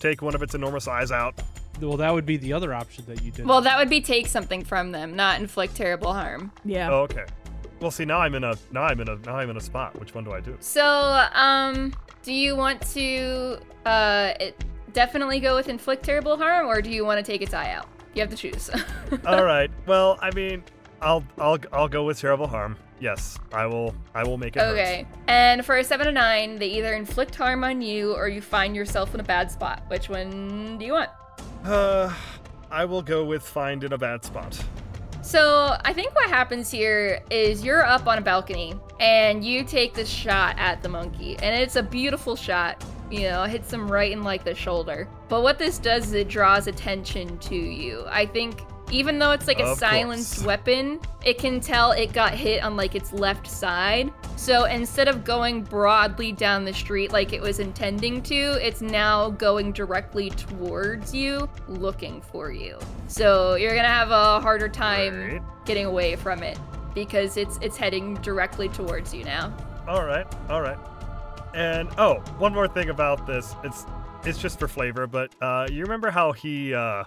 take one of its enormous eyes out? Well, that would be the other option that you did. Well, that would be take something from them, not inflict terrible harm. Yeah. Oh, okay. Well, see, now I'm in a now I'm in a now I'm in a spot. Which one do I do? So, um, do you want to uh, it, definitely go with inflict terrible harm, or do you want to take its eye out? You have to choose. All right. Well, I mean, I'll I'll I'll go with terrible harm. Yes, I will. I will make it. hurt. okay. And for a seven to nine, they either inflict harm on you or you find yourself in a bad spot. Which one do you want? Uh, I will go with find in a bad spot. So I think what happens here is you're up on a balcony and you take this shot at the monkey, and it's a beautiful shot. You know, hits him right in like the shoulder. But what this does is it draws attention to you. I think even though it's like a Of silenced course. weapon, it can tell it got hit on like its left side. So instead of going broadly down the street like it was intending to, it's now going directly towards you, looking for you. So you're gonna have a harder time Right. getting away from it because it's it's heading directly towards you now. All right, all right. And oh, one more thing about this. It's it's just for flavor, but uh, you remember how he uh,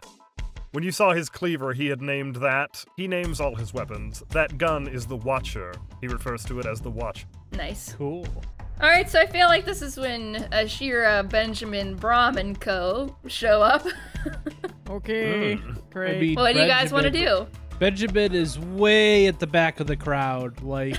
when you saw his cleaver, he had named that. He names all his weapons. That gun is the Watcher. He refers to it as the Watch. Nice. cool. All right, so I feel like this is when Ashira, Benjamin, Brahm, and Co. show up. Oh. Okay. Hmm. Great. I mean, what do you guys want to Benjamin- do? Benjamin is way at the back of the crowd, like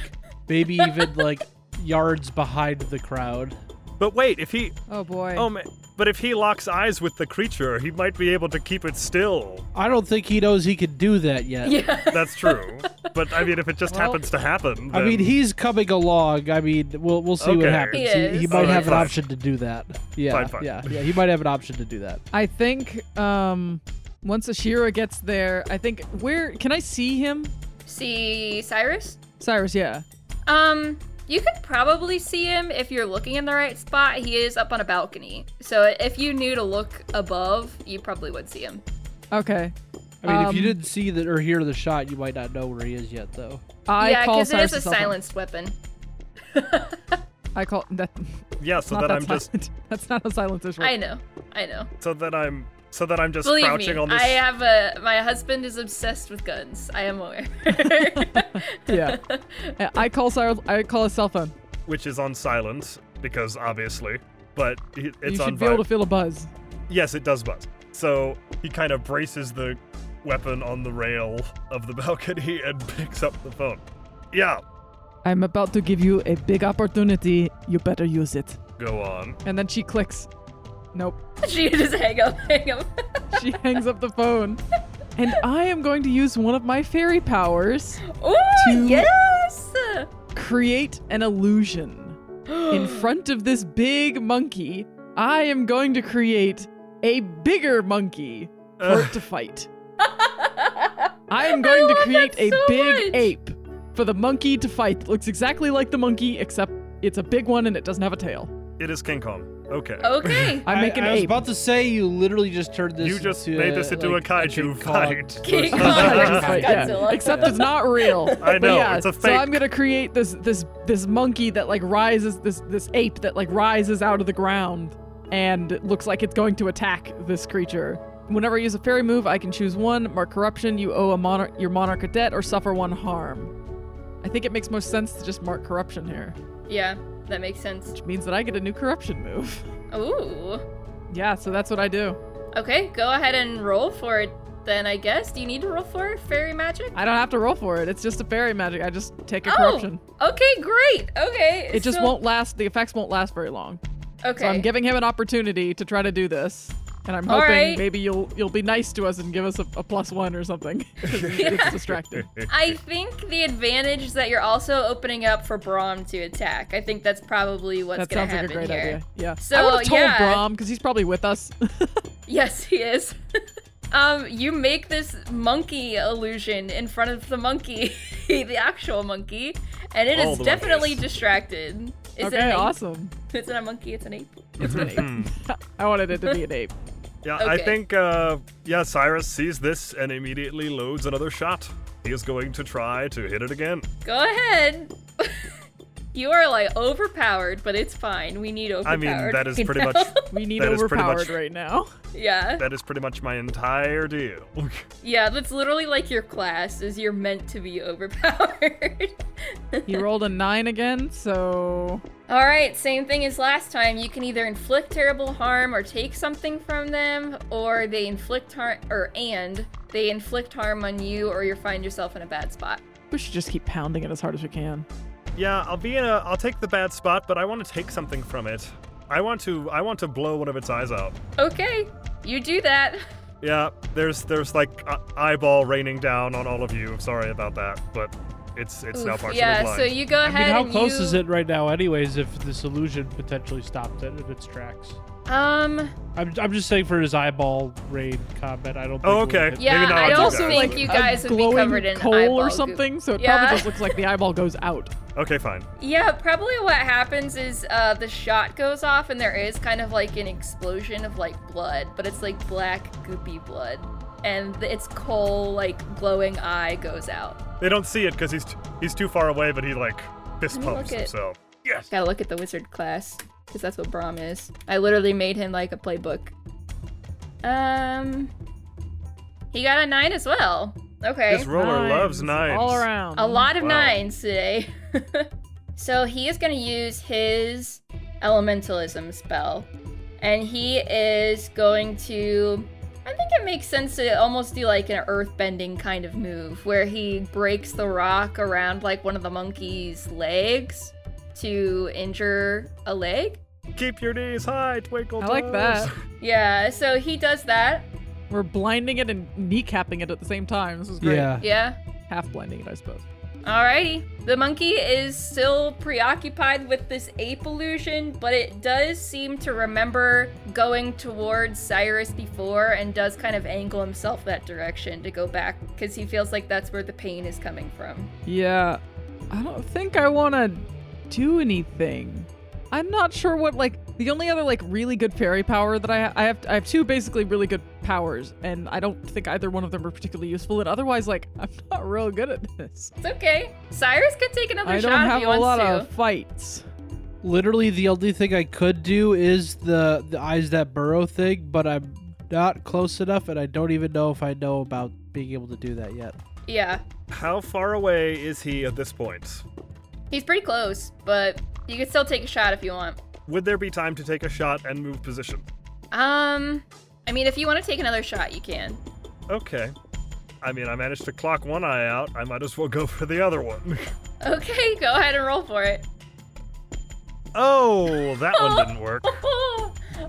maybe even like yards behind the crowd. But wait, if he oh boy. oh man, but if he locks eyes with the creature, he might be able to keep it still. I don't think he knows he can do that yet. Yeah. That's true. but I mean, if it just Well- happens to happen, I then- mean, he's coming along. I mean, we'll we'll see what Okay. happens. He He, he is. might Alright, have an fine. option to do that. Yeah, Fine, fine. yeah, yeah. He might have an option to do that. I think um once Ashira gets there, I think where can I see him? See Cyrus? Cyrus, yeah. Um, you could probably see him if you're looking in the right spot. He is up on a balcony. So if you knew to look above, you probably would see him. Okay. I mean, if you Um, didn't see that or hear the shot, you might not know where he is yet, though. I yeah, call because it Cyrus is a silenced weapon. I call that Yeah, so not that that I'm just silent. That's not how silencers work. I know. I know. so that I'm so that I'm just Believe me, crouching on this I uh, have a. My husband is obsessed with guns. I am aware. Yeah. I- I call sil- I call a cell phone. which is on silence because obviously, but it- it's you on should be able to vibe. feel a buzz. Yes, it does buzz. So he kind of braces the weapon on the rail of the balcony and picks up the phone. Yeah, I'm about to give you a big opportunity. You better use it. go on. And then she clicks. Nope. she just hang up, hang up. She hangs up the phone. And I am going to use one of my fairy powers, Ooh, Two. yes. create an illusion. In front of this big monkey, I am going to create a bigger monkey for it to fight. I am going to love create that a so big much. ape for the monkey to fight. It looks exactly like the monkey, except it's a big one and it doesn't have a tail. It is King Kong. Okay. Oh. Okay. I make an I, was ape. about to say you literally just turned this. You just into made a, this into a like, kaiju King Kong fight. King versus- Kong Godzilla. versus Right, yeah. Godzilla. Except it's not real. I But know, yeah, it's a So fake. I'm gonna create this this this monkey that like rises this this ape that like rises out of the ground and it looks like it's going to attack this creature. Whenever I use a fairy move, I can choose one mark corruption. You owe a monarch your monarch a debt or suffer one harm. I think it makes most sense to just mark corruption here, Yeah, that makes sense. which means that I get a new corruption move. Ooh. yeah, so that's what I do. Okay, go ahead and roll for it then, I guess. Do you need to roll for it? Fairy magic? I don't have to roll for it. It's just a fairy magic. I just take a corruption. Oh, okay, great. Okay. It just so- won't last. The effects won't last very long. Okay. So I'm giving him an opportunity to try to do this, and I'm All hoping right. maybe you'll you'll be nice to us and give us a, a plus one or something. 'cause It's distracted. I think the advantage is that you're also opening up for Braum to attack. I think that's probably what's that going sounds to like a happen great here. idea. Yeah. I So, would have told yeah. Brom because he's probably with us. Yes, he is. um, you make this monkey illusion in front of the monkey, the actual monkey, and it All is the definitely monkeys. distracted. Is it okay, an ape? awesome. It's not a monkey, it's an ape. It's an ape. I wanted it to be an ape. Hmm. Yeah, I Okay. think uh yeah, Cyrus sees this and immediately loads another shot. He is going to try to hit it again. Go ahead. you are like overpowered, but it's fine. We need overpowered. I mean, that is right pretty now. much We need That is pretty overpowered much- right now. yeah. that is pretty much my entire deal. Yeah, that's literally like your class is you're meant to be overpowered. He rolled a nine again, so All right, same thing as last time. You can either inflict terrible harm or take something from them, or they inflict harm, or and they inflict harm on you, or you find yourself in a bad spot. we should just keep pounding it as hard as we can. yeah, I'll be in a I'll take the bad spot, but I want to take something from it. I want to I want to blow one of its eyes out. Okay, you do that. Yeah, there's there's like a eyeball raining down on all of you. I'm sorry about that, but it's it's now Oof, partially yeah, blind. so you go I mean, ahead. how and close you- is it right now, anyways? If this illusion potentially stopped it in its tracks, Um, I'm, I'm just saying for his eyeball raid combat, I don't. Think Oh, we'll okay. hit- yeah, not, I it's also okay. think you guys a would be glowing covered in coal eyeball or goo. something, so it Yeah. probably just looks like the eyeball goes out. okay, fine. Yeah, probably what happens is uh, the shot goes off and there is kind of like an explosion of like blood, but it's like black goopy blood, and th- its coal like glowing eye goes out. They don't see it because he's t- he's too far away, but he like fist Let me pumps look at- himself. Yes. Gotta look at the wizard class because that's what Brahm is. I literally made him like a playbook. Um, he got a nine as well. Okay. This roller loves knives. all around. A lot of Wow. nines today. so he is going to use his elementalism spell. And he is going to. I think it makes sense to almost do like an earthbending kind of move where he breaks the rock around like one of the monkey's legs to injure a leg. Keep your knees high, twinkle. I like that. toes. Yeah, so he does that. We're blinding it and kneecapping it at the same time. This is great. Yeah. Yeah. Half blinding it, I suppose. Alrighty. The monkey is still preoccupied with this ape illusion, but it does seem to remember going towards Cyrus before and does kind of angle himself that direction to go back because he feels like that's where the pain is coming from. Yeah. I don't think I want to do anything. I'm not sure what like the only other like really good fairy power that I I have I have two basically really good powers and I don't think either one of them are particularly useful and otherwise like I'm not real good at this. It's okay. Cyrus could take another I shot don't if have he a wants lot to. of fights. literally the only thing I could do is the the eyes that burrow thing, but I'm not close enough, and I don't even know if I know about being able to do that yet. Yeah. How far away is he at this point? He's pretty close, but you can still take a shot if you want. Would there be time to take a shot and move position? Um, I mean, if you want to take another shot, you can. Okay. I mean, I managed to clock one eye out. I might as well go for the other one. Okay, go ahead and roll for it. Oh, that one didn't work.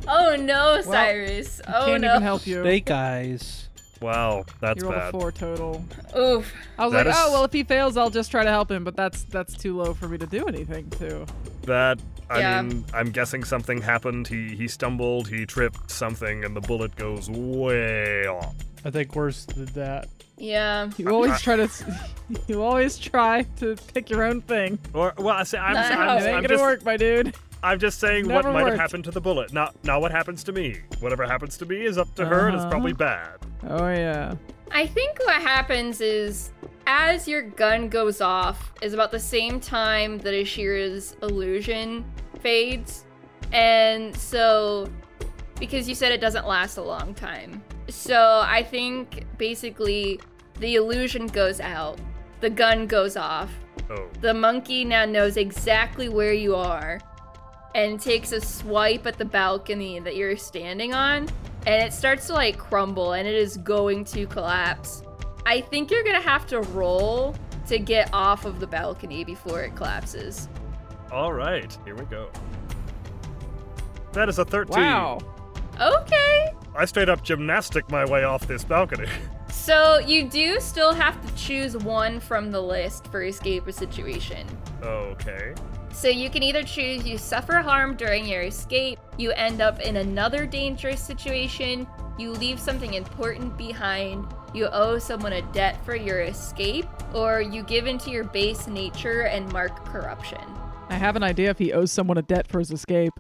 oh no, Cyrus. Oh Can't no. even help you. Snake eyes. Wow, that's you rolled a bad. four total. Oof. I was That like, is- oh well, if he fails, I'll just try to help him, but that's that's too low for me to do anything to. That I Yeah. mean, I'm guessing something happened. He he stumbled, he tripped something, and the bullet goes way off. I think worse than that. Yeah. You always try to, you always try to pick your own thing. Or well, I say I'm, No. I'm, It It I'm, ain't gonna just work, my dude. I'm just saying what Never might have worked. happened to the bullet. Not not what happens to me. Whatever happens to me is up to her, and it's Uh-huh. probably bad. Oh yeah. I think what happens is as your gun goes off is about the same time that Ashira's illusion fades. And so because you said it doesn't last a long time. So I think basically the illusion goes out. The gun goes off. Oh, The monkey now knows exactly where you are and takes a swipe at the balcony that you're standing on and it starts to like crumble and it is going to collapse. I think you're gonna have to roll to get off of the balcony before it collapses. all right, here we go. That is a 13. Wow. Okay. I straight up gymnastic my way off this balcony. So you do still have to choose one from the list for escape a situation. okay. So you can either choose you suffer harm during your escape, you end up in another dangerous situation, you leave something important behind, you owe someone a debt for your escape, or you give into your base nature and mark corruption. I have an idea if he owes someone a debt for his escape,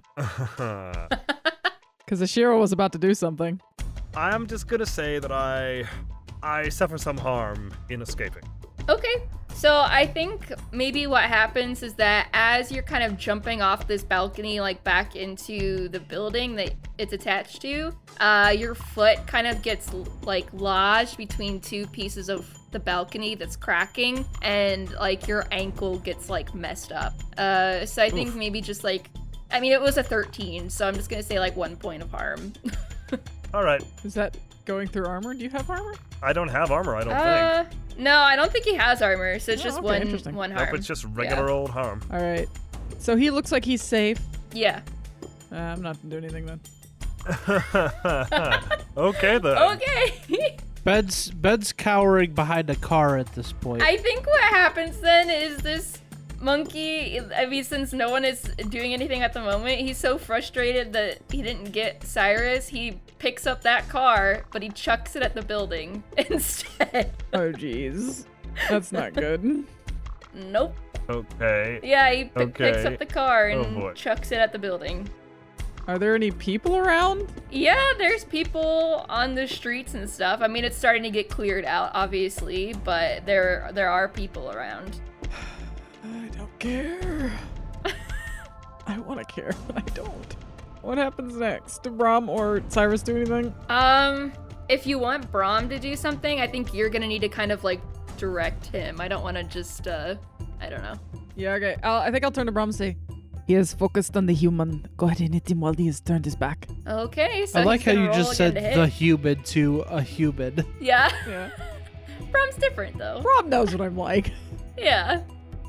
because Ashira was about to do something. I'm just gonna say that I I suffer some harm in escaping. Okay. So I think maybe what happens is that as you're kind of jumping off this balcony, like back into the building that it's attached to, uh, your foot kind of gets like lodged between two pieces of the balcony that's cracking, and like your ankle gets like messed up. Uh, so I think Oof. maybe just like, I mean, it was a 13, so I'm just gonna say like one point of harm. All right, Is that going through armor? Do you have armor? I don't have armor. I don't think. Uh, no, I don't think he has armor, so it's Oh, just okay, one interesting. one harm. Nope, it's just regular old harm. All right. So he looks like he's safe. yeah. Uh, I'm not gonna do anything then. okay then. Oh. Okay. Ben's Ben's cowering behind a car at this point. I think what happens then is this monkey. I mean, since no one is doing anything at the moment, he's so frustrated that he didn't get Cyrus. He picks up that car, but he chucks it at the building instead. Oh jeez, that's not good. nope. Okay. Yeah, he p- picks Okay. up the car Oh, and boy. chucks it at the building. Are there any people around? Yeah, there's people on the streets and stuff. I mean, it's starting to get cleared out, obviously, but there there are people around. I don't care. I want to care. but I don't. What happens next? Did Rom or Cyrus do anything? Um, if you want Brom to do something, I think you're gonna need to kind of like direct him. I don't want to just, uh, I don't know. Yeah, okay. I'll, I think I'll turn to Brom and say, He is focused on the human. Go ahead and hit him while he has turned his back. Okay, so I like he's how gonna you roll just again said to the hit. human to a human. Yeah, Yeah. Brom's different though. Brom knows what I'm like. Yeah,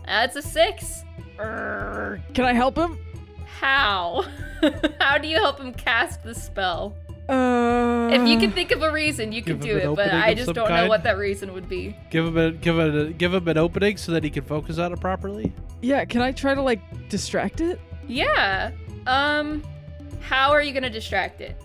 that's a six. Can I help him? How? how do you help him cast the spell? Uh, If you can think of a reason, you can Give do him an it, but opening I of just some don't know kind? what that reason would be. Give him a give it a, give him an opening so that he can focus on it properly. Yeah, can I try to, like, distract it? Yeah. Um, how are you gonna distract it?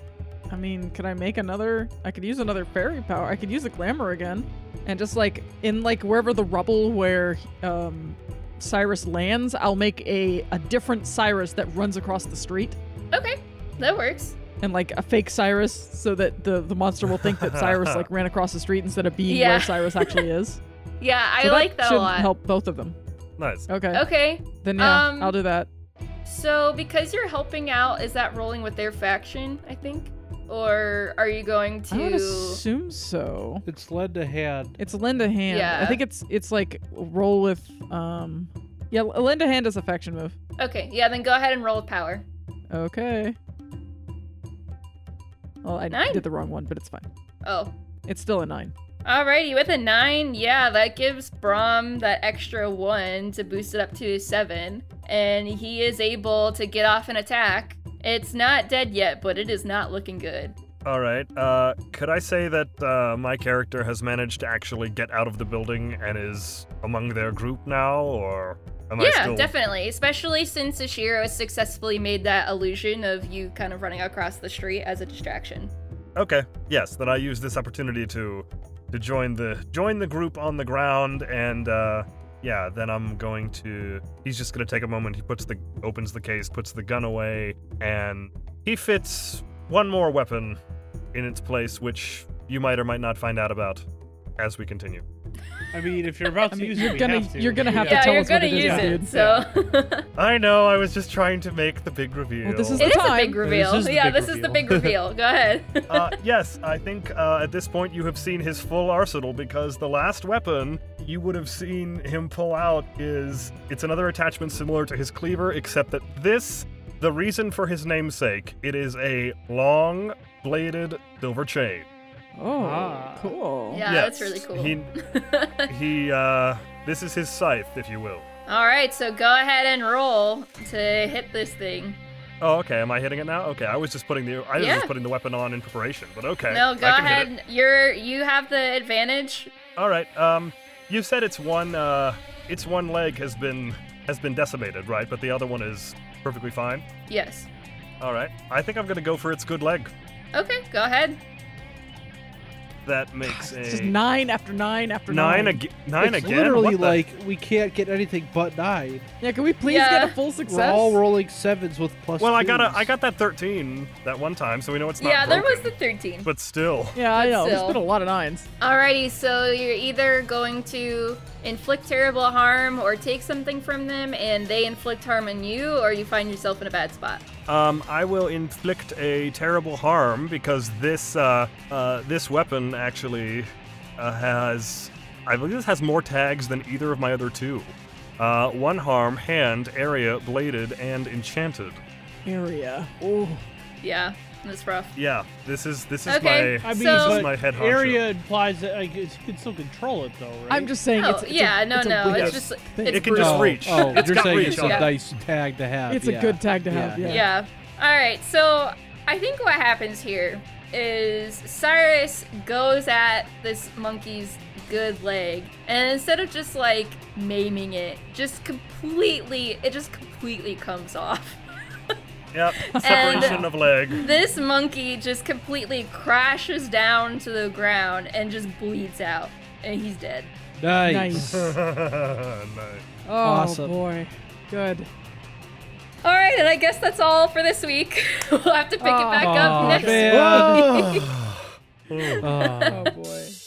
I mean, can I make another? I could use another fairy power. I could use a glamour again, and just like in like wherever the rubble where um, Cyrus lands, I'll make a a different Cyrus that runs across the street, Okay, that works. and like a fake Cyrus, so that the the monster will think that Cyrus like ran across the street instead of being Yeah. where Cyrus actually is. Yeah, I So like that a should lot. Help both of them. Nice. Okay. Okay. Then yeah, Um, I'll do that. So, because you're helping out, is that rolling with their faction, I think? Or are you going I would to. assume so. It's led to hand. It's lend a hand. I Yeah. think it's it's like roll with um yeah, lend a hand is a faction move. Okay, yeah, then go ahead and roll with power. Okay. Well, I Nine. did the wrong one, but it's fine. Oh. It's still a nine. Alrighty, with a nine, yeah, that gives Brom that extra one to boost it up to a seven, and he is able to get off an attack. It's not dead yet, but it is not looking good. All right. Uh, could I say that uh, my character has managed to actually get out of the building and is among their group now, or am I yeah, still? definitely. Especially since Ashiro successfully made that illusion of you kind of running across the street as a distraction. Okay. Yes. Then I use this opportunity to to join the join the group on the ground, and uh, yeah. Then I'm going to. He's just gonna take a moment. He puts the opens the case, puts the gun away, and he fits one more weapon in its place, which you might or might not find out about as we continue. I mean, if you're about to I mean, use you're it, we gonna- have to. you're gonna have to yeah, tell you're us what it gonna is, use it. dude. So I know. I was just trying to make the big reveal. this is it is a time. big reveal. This is the yeah, big this is the big reveal. Go ahead. uh, yes, I think uh, at this point you have seen his full arsenal because the last weapon you would have seen him pull out is it's another attachment similar to his cleaver, except that this, the reason for his namesake, it is a long bladed silver chain. Oh, Ah. cool. yeah, Yes, that's really cool. He, he, uh, this is his scythe, if you will. All right, so go ahead and roll to hit this thing. Oh, okay. Am I hitting it now? Okay, I was just putting the I was Yeah. just putting the weapon on in preparation, but okay. No, go I can hit it. ahead. You're you have the advantage. All right. Um, you said it's one. Uh, it's one leg has been has been decimated, right? But the other one is perfectly fine. Yes. All right. I think I'm gonna go for its good leg. Okay, go ahead. That makes a It's just nine after nine after nine. nine, ag- nine it's again. literally What the- like we can't get anything but nine. Yeah, can we please get a Yeah. full success? We're all rolling sevens with plus. Well, I got a, twos. I got that 13 that one time, so we know it's not. yeah, there was the broken. 13. But still. yeah, I But know. There's still. been a lot of nines. Alrighty, so you're either going to inflict terrible harm or take something from them and they inflict harm on you or you find yourself in a bad spot. Um, I will inflict a terrible harm because this uh, uh, this weapon actually uh, has I believe this has more tags than either of my other two. Uh, one harm, hand, area, bladed, and enchanted. Area. Oh, Yeah, that's rough. Yeah, this is this is Okay. my I mean, So- but This is my head honcho. area implies that like, it's- you can still control it, though, right? I'm just saying. Oh, it's, it's a- yeah, no, it's a no, weird it's just thing. it's It can just brutal. oh, reach. Oh, It's you're got saying reach it's on a it. nice tag to have. It's yeah. a good tag to Yeah, have. Yeah. Yeah. All right. So I think what happens here is Cyrus goes at this monkey's good leg, and instead of just like maiming it, just completely, it just completely comes off. Yep. Separation of leg. This monkey just completely crashes down to the ground and just bleeds out, and he's dead. Nice. Nice. Nice. Oh Awesome. boy, good. All right, and I guess that's all for this week. we'll have to pick it back Aw, up next man. week. Oh. Oh boy.